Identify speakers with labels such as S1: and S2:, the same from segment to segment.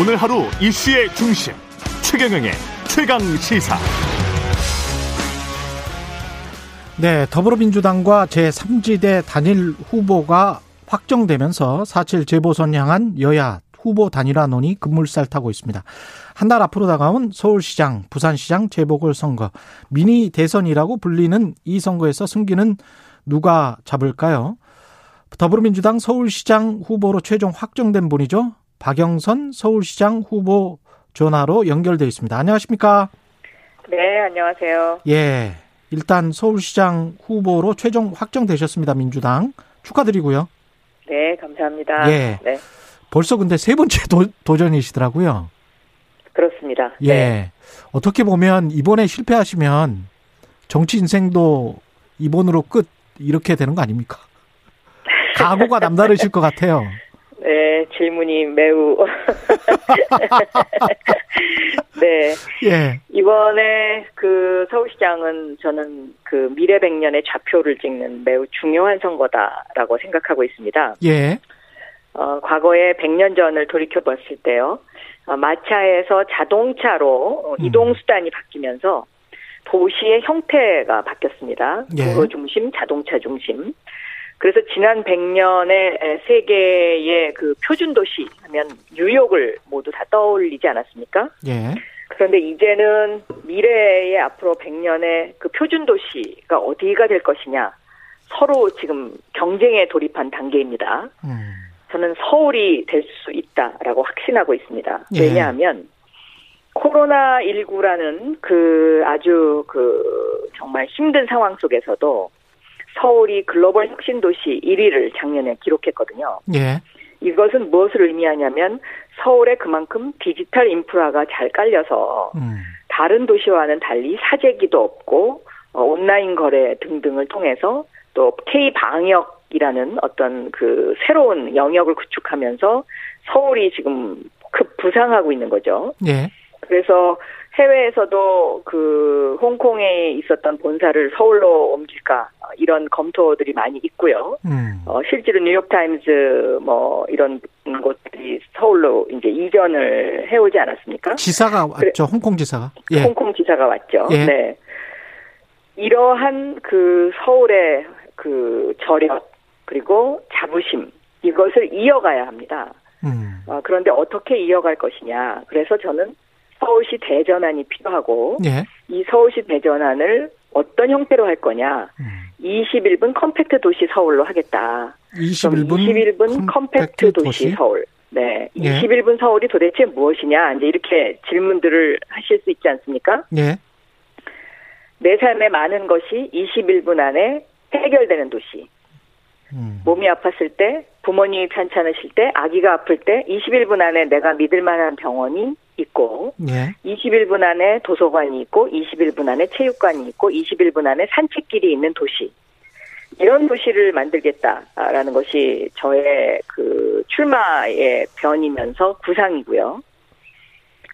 S1: 오늘 하루 이슈의 중심 최경영의 최강 시사.
S2: 네, 더불어민주당과 제3지대 단일 후보가 확정되면서 4.7 재보선 향한 여야 후보 단일화 논의 급물살 타고 있습니다. 한 달 앞으로 다가온 서울시장, 부산시장 재보궐선거, 미니 대선이라고 불리는 이 선거에서 승기는 누가 잡을까요? 더불어민주당 서울시장 후보로 최종 확정된 분이죠. 박영선 서울시장 후보 전화로 연결돼 있습니다. 안녕하십니까?
S3: 네, 안녕하세요.
S2: 예. 일단 서울시장 후보로 최종 확정되셨습니다. 민주당. 축하드리고요.
S3: 네, 감사합니다.
S2: 예.
S3: 네,
S2: 벌써 근데 세 번째 도, 전이시더라고요
S3: 그렇습니다.
S2: 예.
S3: 네.
S2: 어떻게 보면 이번에 실패하시면 정치 인생도 이번으로 끝 이렇게 되는 거 아닙니까? 각오가 남다르실 것 같아요.
S3: 네, 질문이 매우. 네,
S2: 예.
S3: 이번에 그 서울시장은 저는 그 미래백년의 좌표를 찍는 매우 중요한 선거다라고 생각하고 있습니다.
S2: 예.
S3: 어, 과거에 100년 전을 돌이켜봤을 때요. 어, 마차에서 자동차로 어,
S2: 음.
S3: 이동수단이 바뀌면서 도시의 형태가 바뀌었습니다.
S2: 예.
S3: 도로 중심, 자동차 중심. 그래서 지난 100년의 세계의 그 표준 도시 하면 뉴욕을 모두 다 떠올리지 않았습니까?
S2: 예.
S3: 그런데 이제는 미래의 앞으로 100년의 그 표준 도시가 어디가 될 것이냐. 서로 지금 경쟁에 돌입한 단계입니다.
S2: 음.
S3: 저는 서울이 될 수 있다라고 확신하고 있습니다.
S2: 예.
S3: 왜냐하면 코로나19라는 그 아주 그 정말 힘든 상황 속에서도 서울이 글로벌 혁신 도시 1위를 작년에 기록했거든요.
S2: 예.
S3: 이것은 무엇을 의미하냐면 서울에 그만큼 디지털 인프라가 잘 깔려서
S2: 음.
S3: 다른 도시와는 달리 사재기도 없고 어, 온라인 거래 등등을 통해서 또 K 방역이라는 어떤 그 새로운 영역을 구축하면서 서울이 지금 급 부상하고 있는 거죠.
S2: 예.
S3: 그래서 해외에서도 그 홍콩에 있었던 본사를 서울로 옮길까 어, 이런 검토들이 많이 있고요.
S2: 음.
S3: 어, 실제로 뉴욕타임즈 뭐 이런 곳들이 서울로 이제 이전을 해오지 않았습니까?
S2: 지사가 왔죠. 홍콩 지사가. 예.
S3: 홍콩 지사가 왔죠.
S2: 예.
S3: 네. 이러한 그 서울의 그 저력 그리고 자부심 이것을 이어가야 합니다.
S2: 음.
S3: 어, 그런데 어떻게 이어갈 것이냐. 그래서 저는 서울시 대전안이 필요하고
S2: 예.
S3: 이 서울시 대전안을 어떤 형태로 할 거냐.
S2: 음.
S3: 21분 컴팩트 도시 서울로 하겠다. 그럼
S2: 21분,
S3: 21분 컴팩트 도시, 서울. 네.
S2: 예.
S3: 21분 서울이 도대체 무엇이냐. 이제 이렇게 질문들을 하실 수 있지 않습니까?
S2: 예.
S3: 내 삶의 많은 것이 21분 안에 해결되는 도시.
S2: 음.
S3: 몸이 아팠을 때, 부모님이 편찮으실 때, 아기가 아플 때 21분 안에 내가 믿을 만한 병원이 있고,
S2: 예.
S3: 21분 안에 도서관이 있고, 21분 안에 체육관이 있고, 21분 안에 산책길이 있는 도시. 이런 도시를 만들겠다라는 것이 저의 그 출마의 변이면서 구상이고요.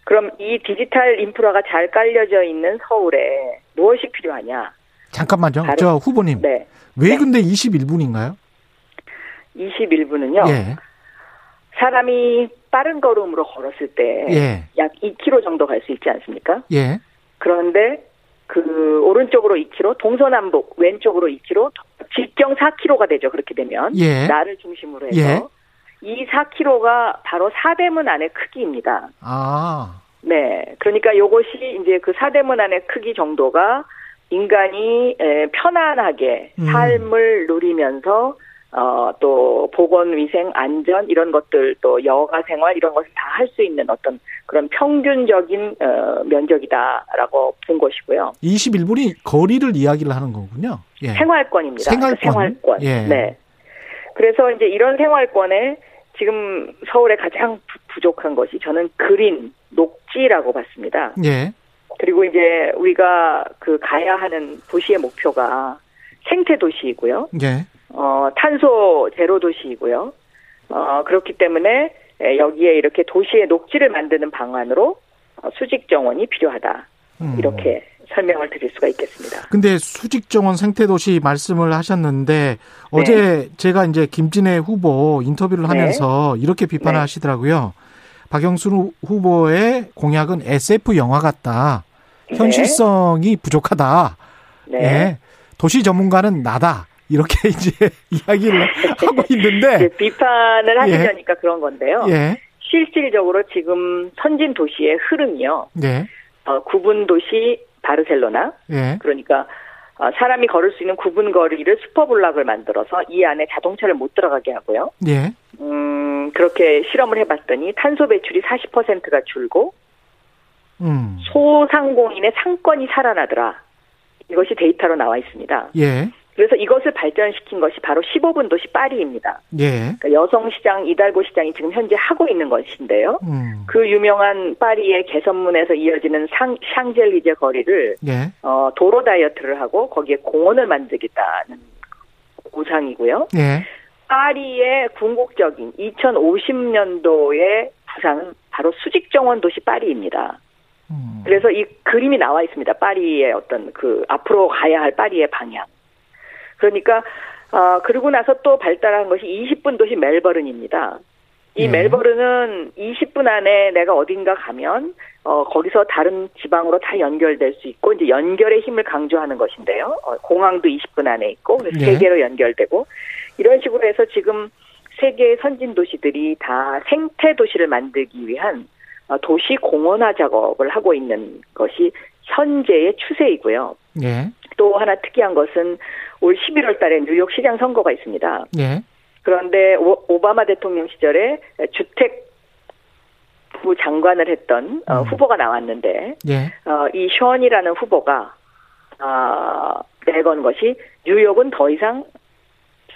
S3: 그럼 이 디지털 인프라가 잘 깔려져 있는 서울에 무엇이 필요하냐?
S2: 잠깐만요.
S3: 바로-
S2: 저 후보님.
S3: 네.
S2: 왜
S3: 네.
S2: 근데 21분인가요?
S3: 21분은요.
S2: 예.
S3: 사람이 빠른 걸음으로 걸었을 때
S2: 예.
S3: 약 2km 정도 갈 수 있지 않습니까?
S2: 예.
S3: 그런데 그 오른쪽으로 2km, 동서남북 왼쪽으로 2km, 직경 4km가 되죠. 그렇게 되면
S2: 예.
S3: 나를 중심으로 해서
S2: 예.
S3: 이 4km가 바로 사대문 안의 크기입니다.
S2: 아.
S3: 네. 그러니까 요것이 이제 그 사대문 안의 크기 정도가 인간이 에, 편안하게
S2: 음.
S3: 삶을 누리면서 어, 또 보건 위생 안전 이런 것들 또 여가 생활 이런 것을 다 할 수 있는 어떤 그런 평균적인 어, 면적이다라고 본 것이고요.
S2: 21분이 거리를 이야기를 하는 거군요. 예.
S3: 생활권입니다. 그러니까
S2: 생활권.
S3: 생활권.
S2: 예.
S3: 네. 그래서 이제 이런 생활권에 지금 서울의 가장 부- 부족한 것이 저는 그린 녹지라고 봤습니다.
S2: 예.
S3: 그리고 이제 우리가 그 가야 하는 도시의 목표가 생태 도시이고요.
S2: 예.
S3: 어, 탄소 제로 도시이고요. 어, 그렇기 때문에 에, 여기에 이렇게 도시의 녹지를 만드는 방안으로 어, 수직 정원이 필요하다.
S2: 음.
S3: 이렇게 설명을 드릴 수가 있겠습니다.
S2: 근데 수직 정원 생태 도시 말씀을 하셨는데 어제 제가 이제 김진애 후보 인터뷰를
S3: 네.
S2: 하면서 이렇게 비판을
S3: 네.
S2: 하시더라고요. 박영수 후보의 공약은 SF 영화 같다. 현실성이 부족하다.
S3: 네.
S2: 예. 도시 전문가는 나다. 이렇게 이제 이야기를 하고 있는데
S3: 이제 비판을
S2: 예.
S3: 하시려니까 그런 건데요.
S2: 예.
S3: 실질적으로 지금 선진 도시의 흐름이요.
S2: 네.
S3: 어, 구분 도시 바르셀로나
S2: 예.
S3: 그러니까 어, 사람이 걸을 수 있는 구분 거리를 슈퍼블락을 만들어서 이 안에 자동차를 못 들어가게 하고요.
S2: 예.
S3: 음, 그렇게 실험을 해봤더니 탄소 배출이 40%가 줄고
S2: 음.
S3: 소상공인의 상권이 살아나더라. 이것이 데이터로 나와 있습니다.
S2: 예.
S3: 그래서 이것을 발전시킨 것이 바로 15분 도시 파리입니다.
S2: 예.
S3: 그러니까 여성 시장, 이달고 시장이 지금 현재 하고 있는 것인데요.
S2: 음.
S3: 그 유명한 파리의 개선문에서 이어지는 상, 샹젤리제 거리를
S2: 예.
S3: 어, 도로 다이어트를 하고 거기에 공원을 만들겠다는 구상이고요.
S2: 예.
S3: 파리의 궁극적인 2050년도의 구상은 바로 수직 정원 도시 파리입니다.
S2: 음.
S3: 그래서 이 그림이 나와 있습니다. 파리의 어떤 그 앞으로 가야 할 파리의 방향. 그러니까 아 그리고 나서 또 발달한 것이 20분 도시 멜버른입니다. 이
S2: 예.
S3: 멜버른은 20분 안에 내가 어딘가 가면 어 거기서 다른 지방으로 다 연결될 수 있고 이제 연결의 힘을 강조하는 것인데요. 어, 공항도 20분 안에 있고 그래서
S2: 예.
S3: 세계로 연결되고 이런 식으로 해서 지금 세계의 선진 도시들이 다 생태 도시를 만들기 위한 어, 도시 공원화 작업을 하고 있는 것이 현재의 추세이고요.
S2: 예.
S3: 또 하나 특이한 것은 올 11월 달에 뉴욕 시장 선거가 있습니다.
S2: 예.
S3: 그런데 오- 오바마 대통령 시절에 주택 부 장관을 했던 어,
S2: 음.
S3: 후보가 나왔는데
S2: 예.
S3: 어, 이 션이라는 후보가 아, 내건 것이 뉴욕은 더 이상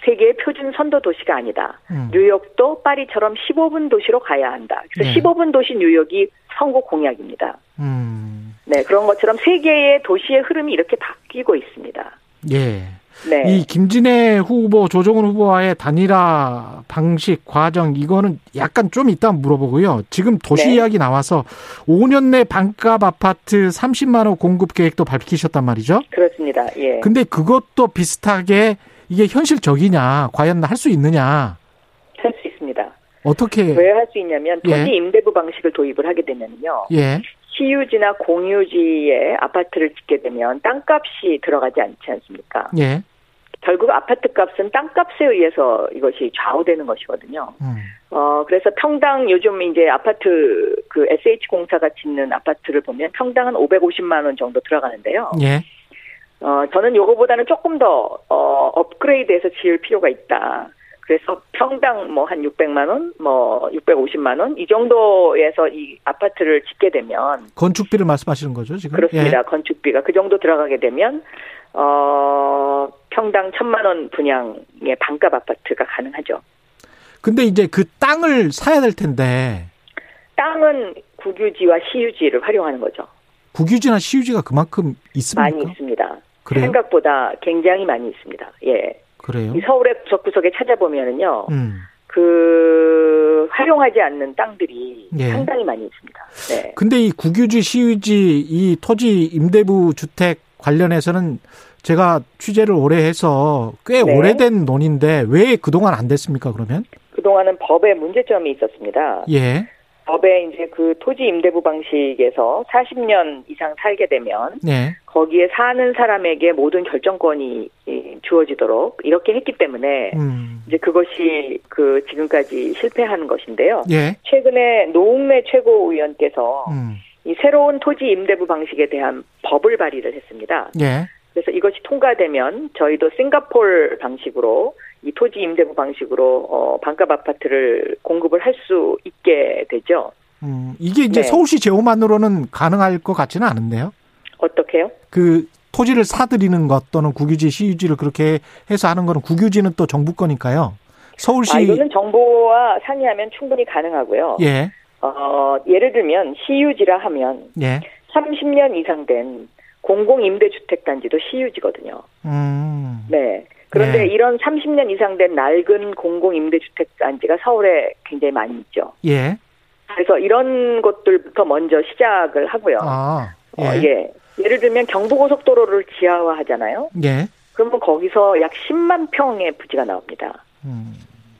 S3: 세계의 표준 선도 도시가 아니다.
S2: 음.
S3: 뉴욕도 파리처럼 15분 도시로 가야 한다. 그래서
S2: 네.
S3: 15분 도시 뉴욕이 선거 공약입니다.
S2: 음.
S3: 네, 그런 것처럼 세계의 도시의 흐름이 이렇게 바뀌고 있습니다.
S2: 예.
S3: 네.
S2: 이 김진애 후보, 조정훈 후보와의 단일화 방식, 과정, 이거는 약간 좀 이따 물어보고요. 지금 도시
S3: 네.
S2: 이야기 나와서 5년 내 반값 아파트 30만호 공급 계획도 밝히셨단 말이죠.
S3: 그렇습니다. 예.
S2: 근데 그것도 비슷하게 이게 현실적이냐, 과연 할 수 있느냐,
S3: 할 수 있습니다.
S2: 어떻게,
S3: 왜 할 수 있냐면
S2: 예.
S3: 도시 임대부 방식을 도입을 하게 되면요.
S2: 예,
S3: 시유지나 공유지에 아파트를 짓게 되면 땅값이 들어가지 않지 않습니까?
S2: 예,
S3: 결국 아파트 값은 땅값에 의해서 이것이 좌우되는 것이거든요.
S2: 음,
S3: 어, 그래서 평당 요즘 이제 아파트 그 SH 공사가 짓는 아파트를 보면 평당 한 550만 원 정도 들어가는데요.
S2: 예,
S3: 어, 저는 요거보다는 조금 더 어, 업그레이드해서 지을 필요가 있다. 그래서 평당 뭐 한 600만 원, 뭐 650만 원 이 정도에서 이 아파트를 짓게 되면
S2: 건축비를 말씀하시는 거죠, 지금? 예.
S3: 그렇습니다. 건축비가 그 정도 들어가게 되면 어, 평당 1000만 원 분양의 반값 아파트가 가능하죠.
S2: 예. 근데 이제 그 땅을 사야 될 텐데,
S3: 땅은 국유지와 시유지를 활용하는 거죠.
S2: 국유지나 시유지가 그만큼 있습니까?
S3: 많이 있습니다.
S2: 그러니까. 그래요?
S3: 생각보다 굉장히 많이 있습니다. 예.
S2: 그래요?
S3: 이 서울의 구석구석에 찾아보면은요,
S2: 음.
S3: 그, 활용하지 않는 땅들이
S2: 예.
S3: 상당히 많이 있습니다. 네.
S2: 근데 이 국유지, 시유지, 이 토지 임대부 주택 관련해서는 제가 취재를 오래 해서 꽤
S3: 네.
S2: 오래된 논인데 왜 그동안 안 됐습니까, 그러면?
S3: 그동안은 법에 문제점이 있었습니다.
S2: 예,
S3: 법에 이제 그 토지 임대부 방식에서 40년 이상 살게 되면
S2: 네,
S3: 거기에 사는 사람에게 모든 결정권이 이, 주어지도록 이렇게 했기 때문에
S2: 음,
S3: 이제 그것이 그 지금까지 실패한 것인데요.
S2: 예,
S3: 최근에 노웅래 최고위원께서
S2: 음,
S3: 이 새로운 토지 임대부 방식에 대한 법을 발의를 했습니다.
S2: 예,
S3: 그래서 이것이 통과되면 저희도 싱가폴 방식으로 이 토지 임대부 방식으로 어, 반값 아파트를 공급을 할 수 있게 되죠.
S2: 음, 이게 이제
S3: 네.
S2: 서울시 제호만으로는 가능할 것 같지는 않은데요.
S3: 어떻게요? 아,
S2: 그 토지를 사들이는 것 또는 국유지, 시유지를 그렇게 해서 하는 거는 국유지는 또 정부 거니까요. 서울시
S3: 아, 이거는 정부와 상의하면 충분히 가능하고요.
S2: 예,
S3: 어, 예를 들면 시유지라 하면
S2: 예,
S3: 30년 이상 된 공공 임대주택 단지도 시유지거든요.
S2: 음,
S3: 네. 그런데
S2: 네.
S3: 이런 30년 이상 된 낡은 공공 임대주택 단지가 서울에 굉장히 많이 있죠.
S2: 예,
S3: 그래서 이런 것들부터 먼저 시작을 하고요.
S2: 아, 예,
S3: 어, 예. 예를 들면 경부고속도로를 지하화하잖아요.
S2: 예,
S3: 그러면 거기서 약 10만 평의 부지가 나옵니다.
S2: 음,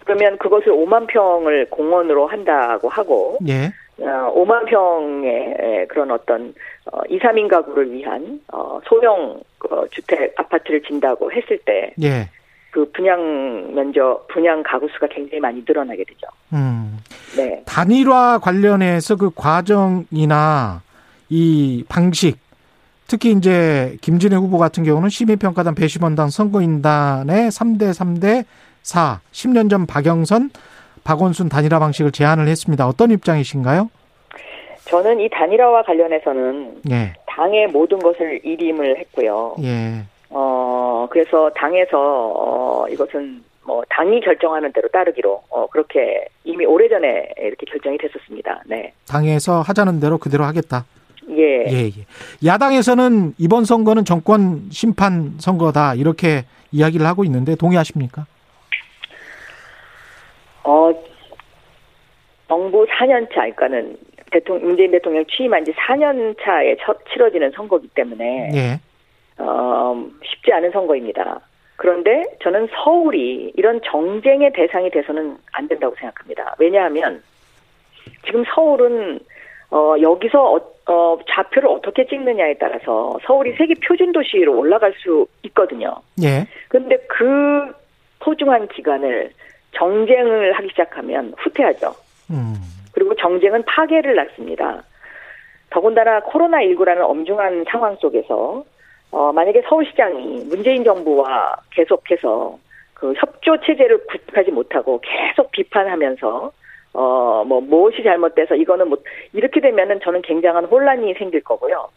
S3: 그러면 그것을 5만 평을 공원으로 한다고 하고
S2: 예,
S3: 어, 5만 평의 에, 그런 어떤 어, 2, 3인 가구를 위한 어, 소형 어, 주택 아파트를 진다고 했을 때
S2: 예.
S3: 그 분양 면적, 분양 가구 수가 굉장히 많이 늘어나게 되죠.
S2: 음.
S3: 네.
S2: 단일화 관련해서 그 과정이나 이 방식 특히 이제 김진애 후보 같은 경우는 시민평가단 배심원단 선거인단의 3대 3대 4 10년 전 박영선 박원순 단일화 방식을 제안을 했습니다. 어떤 입장이신가요?
S3: 저는 이 단일화와 관련해서는
S2: 예.
S3: 당의 모든 것을 일임을 했고요.
S2: 예.
S3: 어, 그래서 당에서, 어, 이것은 뭐, 당이 결정하는 대로 따르기로, 어, 그렇게 이미 오래전에 이렇게 결정이 됐었습니다. 네.
S2: 당에서 하자는 대로 그대로 하겠다.
S3: 예.
S2: 예, 예. 야당에서는 이번 선거는 정권 심판 선거다. 이렇게 이야기를 하고 있는데 동의하십니까?
S3: 어, 정부 4년차, 그러니까는 대통령, 문재인 대통령 취임한 지 4년차에 치러지는 선거기 때문에,
S2: 예.
S3: 어, 쉽지 않은 선거입니다. 그런데 저는 서울이 이런 정쟁의 대상이 돼서는 안 된다고 생각합니다. 왜냐하면 지금 서울은 어, 여기서 어, 어, 좌표를 어떻게 찍느냐에 따라서 서울이 세계 표준 도시로 올라갈 수 있거든요.
S2: 예.
S3: 그런데 그 소중한 기간을 정쟁을 하기 시작하면 후퇴하죠.
S2: 음.
S3: 그리고 정쟁은 파괴를 낳습니다. 더군다나 코로나19라는 엄중한 상황 속에서 어, 만약에 서울시장이 문재인 정부와 계속해서 그 협조 체제를 구축하지 못하고 계속 비판하면서 어 뭐 무엇이 잘못돼서 이거는 뭐 이렇게 되면은 저는 굉장한 혼란이 생길 거고요.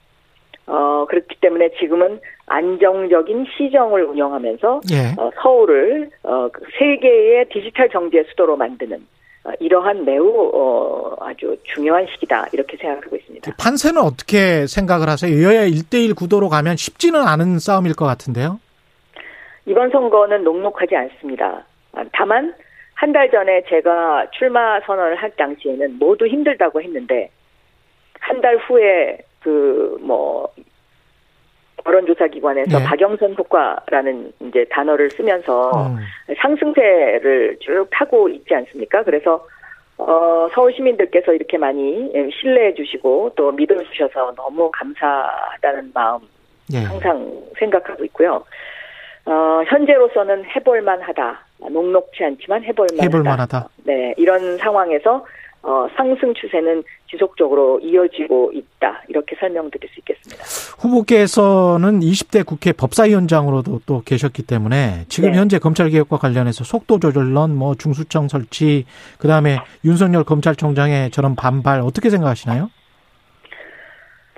S3: 어 그렇기 때문에 지금은 안정적인 시정을 운영하면서
S2: 예.
S3: 어, 서울을 어, 그 세계의 디지털 경제 수도로 만드는 어, 이러한 매우 어, 아주 중요한 시기다 이렇게 생각하고 있습니다.
S2: 그 판세는 어떻게 생각을 하세요? 여야 1대1 구도로 가면 쉽지는 않은 싸움일 것 같은데요.
S3: 이번 선거는 녹록하지 않습니다. 아, 다만 한 달 전에 제가 출마 선언을 할 당시에는 모두 힘들다고 했는데 한 달 후에 그 뭐 여론조사기관에서
S2: 네.
S3: 박영선 효과라는 이제 단어를 쓰면서
S2: 음.
S3: 상승세를 쭉 타고 있지 않습니까? 그래서 어, 서울 시민들께서 이렇게 많이 신뢰해 주시고 또 믿어 주셔서 너무 감사하다는 마음
S2: 예.
S3: 항상 생각하고 있고요. 어, 현재로서는 해볼 만하다. 녹록치 않지만 해볼 만하다.
S2: 해볼 만하다.
S3: 네, 이런 상황에서 어, 상승 추세는 지속적으로 이어지고 있다. 이렇게 설명드릴 수 있겠습니다.
S2: 후보께서는 20대 국회 법사위원장으로도 또 계셨기 때문에 지금
S3: 네.
S2: 현재 검찰개혁과 관련해서 속도 조절론, 뭐 중수청 설치, 그 다음에 윤석열 검찰총장의 저런 반발 어떻게 생각하시나요?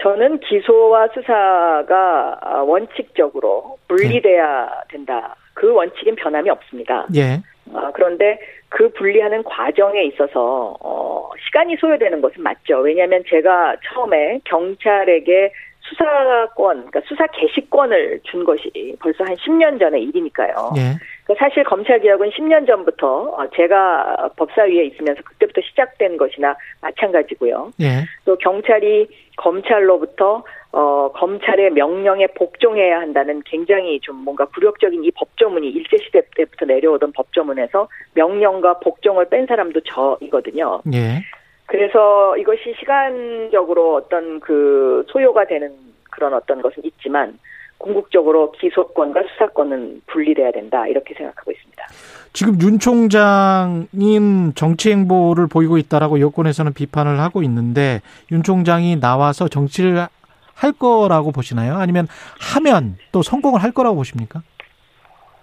S3: 저는 기소와 수사가 아, 원칙적으로 분리돼야 된다. 그 원칙엔 변함이 없습니다.
S2: 예.
S3: 아, 그런데 그 분리하는 과정에 있어서 어, 시간이 소요되는 것은 맞죠. 왜냐하면 제가 처음에 경찰에게 수사권, 그러니까 수사 개시권을 준 것이 벌써 한 10년 전의 일이니까요.
S2: 예.
S3: 그 사실 검찰 개혁은 10년 전부터 어, 제가 법사위에 있으면서 그때부터 시작된 것이나 마찬가지고요.
S2: 예.
S3: 또 경찰이 검찰로부터 어, 검찰의 명령에 복종해야 한다는 굉장히 좀 뭔가 굴욕적인 이 법조문이 일제시대 때부터 내려오던 법조문에서 명령과 복종을 뺀 사람도 저이거든요.
S2: 예.
S3: 그래서 이것이 시간적으로 어떤 그 소요가 되는 그런 어떤 것은 있지만 궁극적으로 기소권과 수사권은 분리돼야 된다 이렇게 생각하고 있습니다.
S2: 지금 윤 총장인 정치 행보를 보이고 있다라고 여권에서는 비판을 하고 있는데 윤 총장이 나와서 정치를 할 거라고 보시나요? 아니면 하면 또 성공을 할 거라고 보십니까?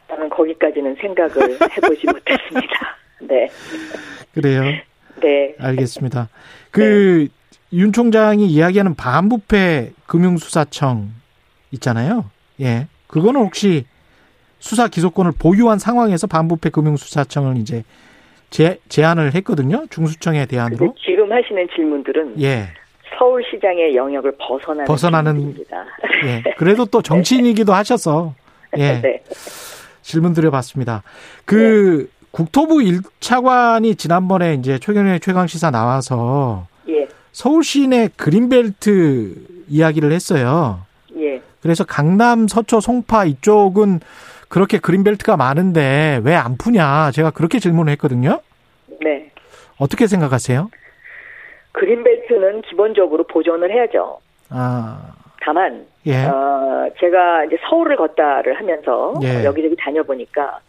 S3: 저는 거기까지는 생각을 해보지 못했습니다. 네,
S2: 그래요.
S3: 네.
S2: 아, 알겠습니다. 그 윤 총장이 이야기하는 반부패 금융수사청 있잖아요. 예. 그거는 혹시 수사 기소권을 보유한 상황에서 반부패 금융수사청을 이제 제, 제안을 했거든요. 중수청에
S3: 근데
S2: 대안으로.
S3: 지금 하시는 질문들은
S2: 예.
S3: 서울시장의 영역을 벗어나는
S2: 벗어나는-
S3: 질문입니다.
S2: 예. 그래도 또 정치인이기도 하셔서 예.
S3: 네.
S2: 질문 드려봤습니다. 그 국토부 일차관이 지난번에 이제 최경영 최강 시사 나와서
S3: 예.
S2: 서울 시내 그린벨트 이야기를 했어요.
S3: 예.
S2: 그래서 강남, 서초, 송파 이쪽은 그렇게 그린벨트가 많은데 왜 안 푸냐? 제가 그렇게 질문을 했거든요.
S3: 네.
S2: 어떻게 생각하세요?
S3: 그린벨트는 기본적으로 보존을 해야죠.
S2: 아,
S3: 다만
S2: 예.
S3: 어, 제가 이제 서울을 걷다를 하면서
S2: 예.
S3: 여기저기 다녀보니까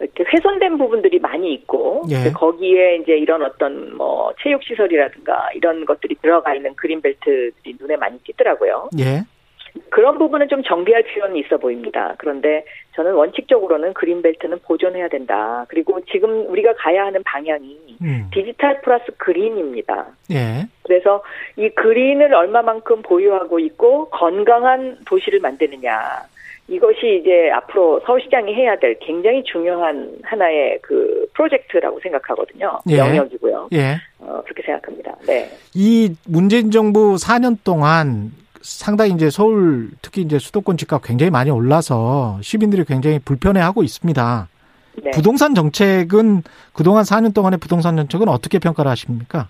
S3: 이렇게 훼손된 부분들이 많이 있고
S2: 예.
S3: 근데 거기에 이제 이런 어떤 뭐 체육 시설이라든가 이런 것들이 들어가 있는 그린벨트들이 눈에 많이 띄더라고요.
S2: 예.
S3: 그런 부분은 좀 정비할 필요는 있어 보입니다. 그런데 저는 원칙적으로는 그린벨트는 보존해야 된다. 그리고 지금 우리가 가야 하는 방향이
S2: 음.
S3: 디지털 플러스 그린입니다.
S2: 예.
S3: 그래서 이 그린을 얼마만큼 보유하고 있고 건강한 도시를 만드느냐. 이것이 이제 앞으로 서울시장이 해야 될 굉장히 중요한 하나의 그 프로젝트라고 생각하거든요.
S2: 예.
S3: 영역이고요.
S2: 예.
S3: 어, 그렇게 생각합니다. 네.
S2: 이 문재인 정부 4년 동안 상당히 이제 서울 특히 이제 수도권 집값 굉장히 많이 올라서 시민들이 굉장히 불편해하고 있습니다.
S3: 네.
S2: 부동산 정책은 그동안 4년 동안의 부동산 정책은 어떻게 평가를 하십니까?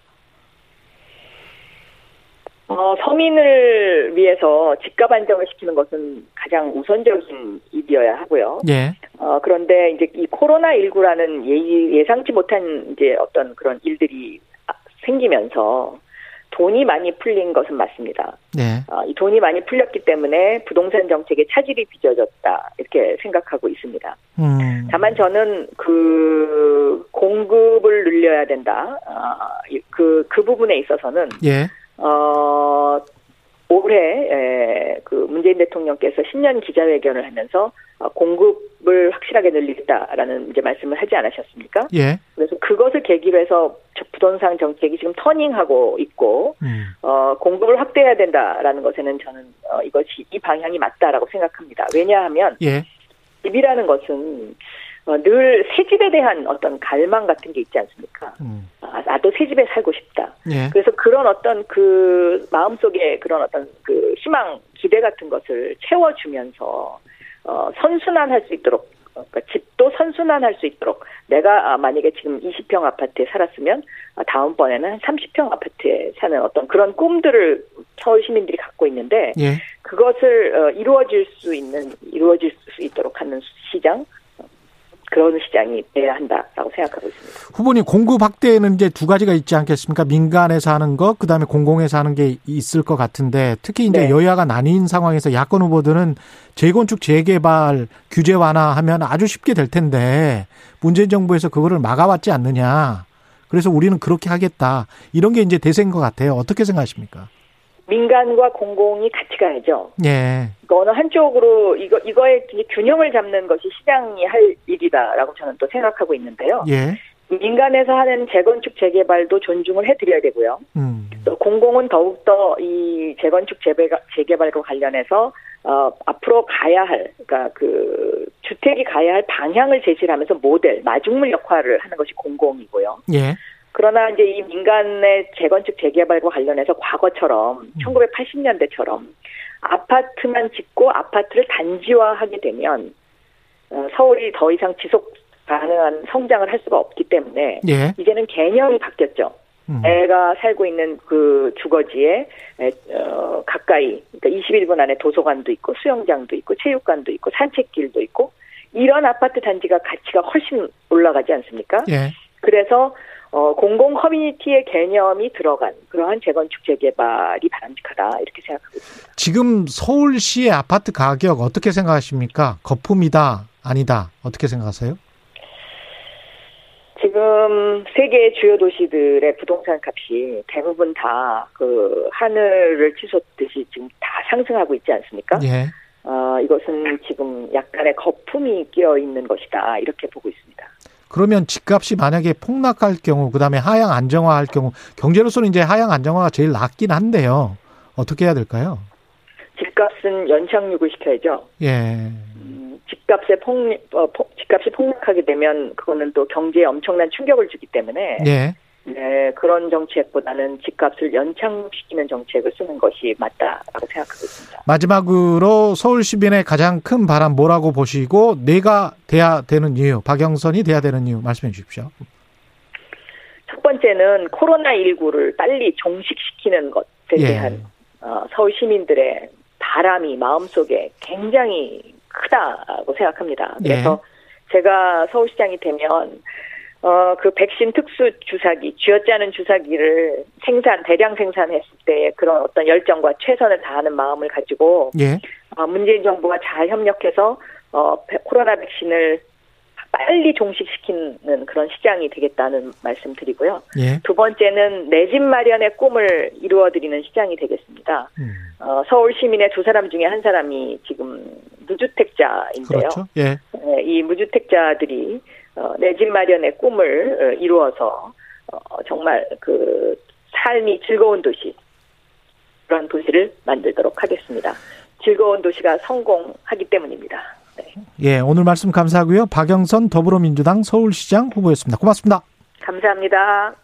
S3: 어, 서민을 위해서 집값 안정을 시키는 것은 가장 우선적인 일이어야 하고요.
S2: 예.
S3: 어, 그런데 이제 이 코로나19라는 예, 예상치 못한 이제 어떤 그런 일들이 아, 생기면서 돈이 많이 풀린 것은 맞습니다.
S2: 네.
S3: 어, 이 돈이 많이 풀렸기 때문에 부동산 정책의 차질이 빚어졌다. 이렇게 생각하고 있습니다.
S2: 음.
S3: 다만 저는 그 공급을 늘려야 된다. 아, 이- 그, 그 부분에 있어서는
S2: 예.
S3: 어, 올해 에, 그 문재인 대통령께서 신년 기자회견을 하면서 어, 공급을 확실하게 늘리겠다라는 이제 말씀을 하지 않으셨습니까?
S2: 예.
S3: 그래서 그것을 계기로 해서 저- 부동산 정책이 지금 터닝하고 있고
S2: 음.
S3: 어, 공급을 확대해야 된다라는 것에는 저는 어, 이것이 이 방향이 맞다라고 생각합니다. 왜냐하면
S2: 예.
S3: 집이라는 것은 어, 늘 새 집에 대한 어떤 갈망 같은 게 있지 않습니까?
S2: 음.
S3: 아, 나도 새 집에 살고 싶다.
S2: 예.
S3: 그래서 그런 어떤 그 마음속에 그런 어떤 그 희망, 기대 같은 것을 채워주면서 어, 선순환할 수 있도록 그러니까 집도 선순환할 수 있도록 내가 아, 만약에 지금 20평 아파트에 살았으면 아, 다음번에는 한 30평 아파트에 사는 어떤 그런 꿈들을 서울 시민들이 갖고 있는데
S2: 예.
S3: 그것을 어, 이루어질 수 있는 이루어질 수 있도록 하는 시장 그런 시장이 돼야 한다라고 생각하고 있습니다.
S2: 후보님 공급 확대에는 이제 두 가지가 있지 않겠습니까? 민간에서 하는 거, 그 다음에 공공에서 하는 게 있을 것 같은데 특히 이제
S3: 네.
S2: 여야가 나뉜 상황에서 야권 후보들은 재건축 재개발 규제 완화하면 아주 쉽게 될 텐데 문재인 정부에서 그거를 막아왔지 않느냐. 그래서 우리는 그렇게 하겠다. 이런 게 이제 대세인 것 같아요. 어떻게 생각하십니까?
S3: 민간과 공공이 같이 가야죠.
S2: 예,
S3: 그러니까 어느 한쪽으로 이거 이거의 균- 균형을 잡는 것이 시장이 할 일이다라고 저는 또 생각하고 있는데요.
S2: 예,
S3: 민간에서 하는 재건축 재개발도 존중을 해드려야 되고요.
S2: 음,
S3: 또 공공은 더욱 더 이 재건축 재배가- 재개발과 관련해서 어, 앞으로 가야 할 그러니까 그 주택이 가야 할 방향을 제시하면서 모델 마중물 역할을 하는 것이 공공이고요.
S2: 예,
S3: 그러나 이제 이 민간의 재건축 재개발과 관련해서 과거처럼 1980년대처럼 아파트만 짓고 아파트를 단지화하게 되면 어, 서울이 더 이상 지속 가능한 성장을 할 수가 없기 때문에
S2: 예,
S3: 이제는 개념이 바뀌었죠.
S2: 음,
S3: 내가 살고 있는 그 주거지에 에, 어, 가까이 그러니까 21분 안에 도서관도 있고 수영장도 있고 체육관도 있고 산책길도 있고 이런 아파트 단지가 가치가 훨씬 올라가지 않습니까?
S2: 예,
S3: 그래서 어, 공공 커뮤니티의 개념이 들어간 그러한 재건축 재개발이 바람직하다 이렇게 생각하고 있습니다.
S2: 지금 서울시의 아파트 가격 어떻게 생각하십니까? 거품이다, 아니다. 어떻게 생각하세요?
S3: 지금 세계 주요 도시들의 부동산 값이 대부분 다 그 하늘을 치솟듯이 지금 다 상승하고 있지 않습니까?
S2: 예.
S3: 어, 이것은 지금 약간의 거품이 끼어 있는 것이다 이렇게 보고 있습니다.
S2: 그러면 집값이 만약에 폭락할 경우, 그 다음에 하향 안정화할 경우, 경제로서는 이제 하향 안정화가 제일 낫긴 한데요. 어떻게 해야 될까요?
S3: 집값은 연착륙을 시켜야죠.
S2: 예.
S3: 음, 집값의 폭, 어, 폭- 집값이 폭락하게 되면 그거는 또 경제에 엄청난 충격을 주기 때문에
S2: 예.
S3: 네, 그런 정책보다는 집값을 연착시키는 정책을 쓰는 것이 맞다라고 생각하고 있습니다.
S2: 마지막으로 서울 시민의 가장 큰 바람 뭐라고 보시고, 내가 돼야 되는 이유, 박영선이 돼야 되는 이유 말씀해 주십시오.
S3: 첫 번째는 코로나19를 빨리 종식시키는 것에
S2: 예.
S3: 대한 어, 서울 시민들의 바람이 마음속에 굉장히 크다고 생각합니다.
S2: 예.
S3: 그래서 제가 서울시장이 되면 어, 그 백신 특수 주사기, 쥐어짜는 주사기를 생산, 대량 생산했을 때 그런 어떤 열정과 최선을 다하는 마음을 가지고,
S2: 예.
S3: 어, 문재인 정부가 잘 협력해서, 어, 백- 코로나 백신을 빨리 종식시키는 그런 시장이 되겠다는 말씀 드리고요.
S2: 예.
S3: 두 번째는 내 집 마련의 꿈을 이루어드리는 시장이 되겠습니다.
S2: 음,
S3: 어, 서울 시민의 두 사람 중에 한 사람이 지금 무주택자인데요.
S2: 그렇죠. 예.
S3: 예, 이 무주택자들이 어, 내 집 마련의 꿈을 어, 이루어서 어, 정말 그 삶이 즐거운 도시 그런 도시를 만들도록 하겠습니다. 즐거운 도시가 성공하기 때문입니다. 네,
S2: 예. 오늘 말씀 감사하고요. 박영선 더불어민주당 서울시장 후보였습니다. 고맙습니다.
S3: 감사합니다.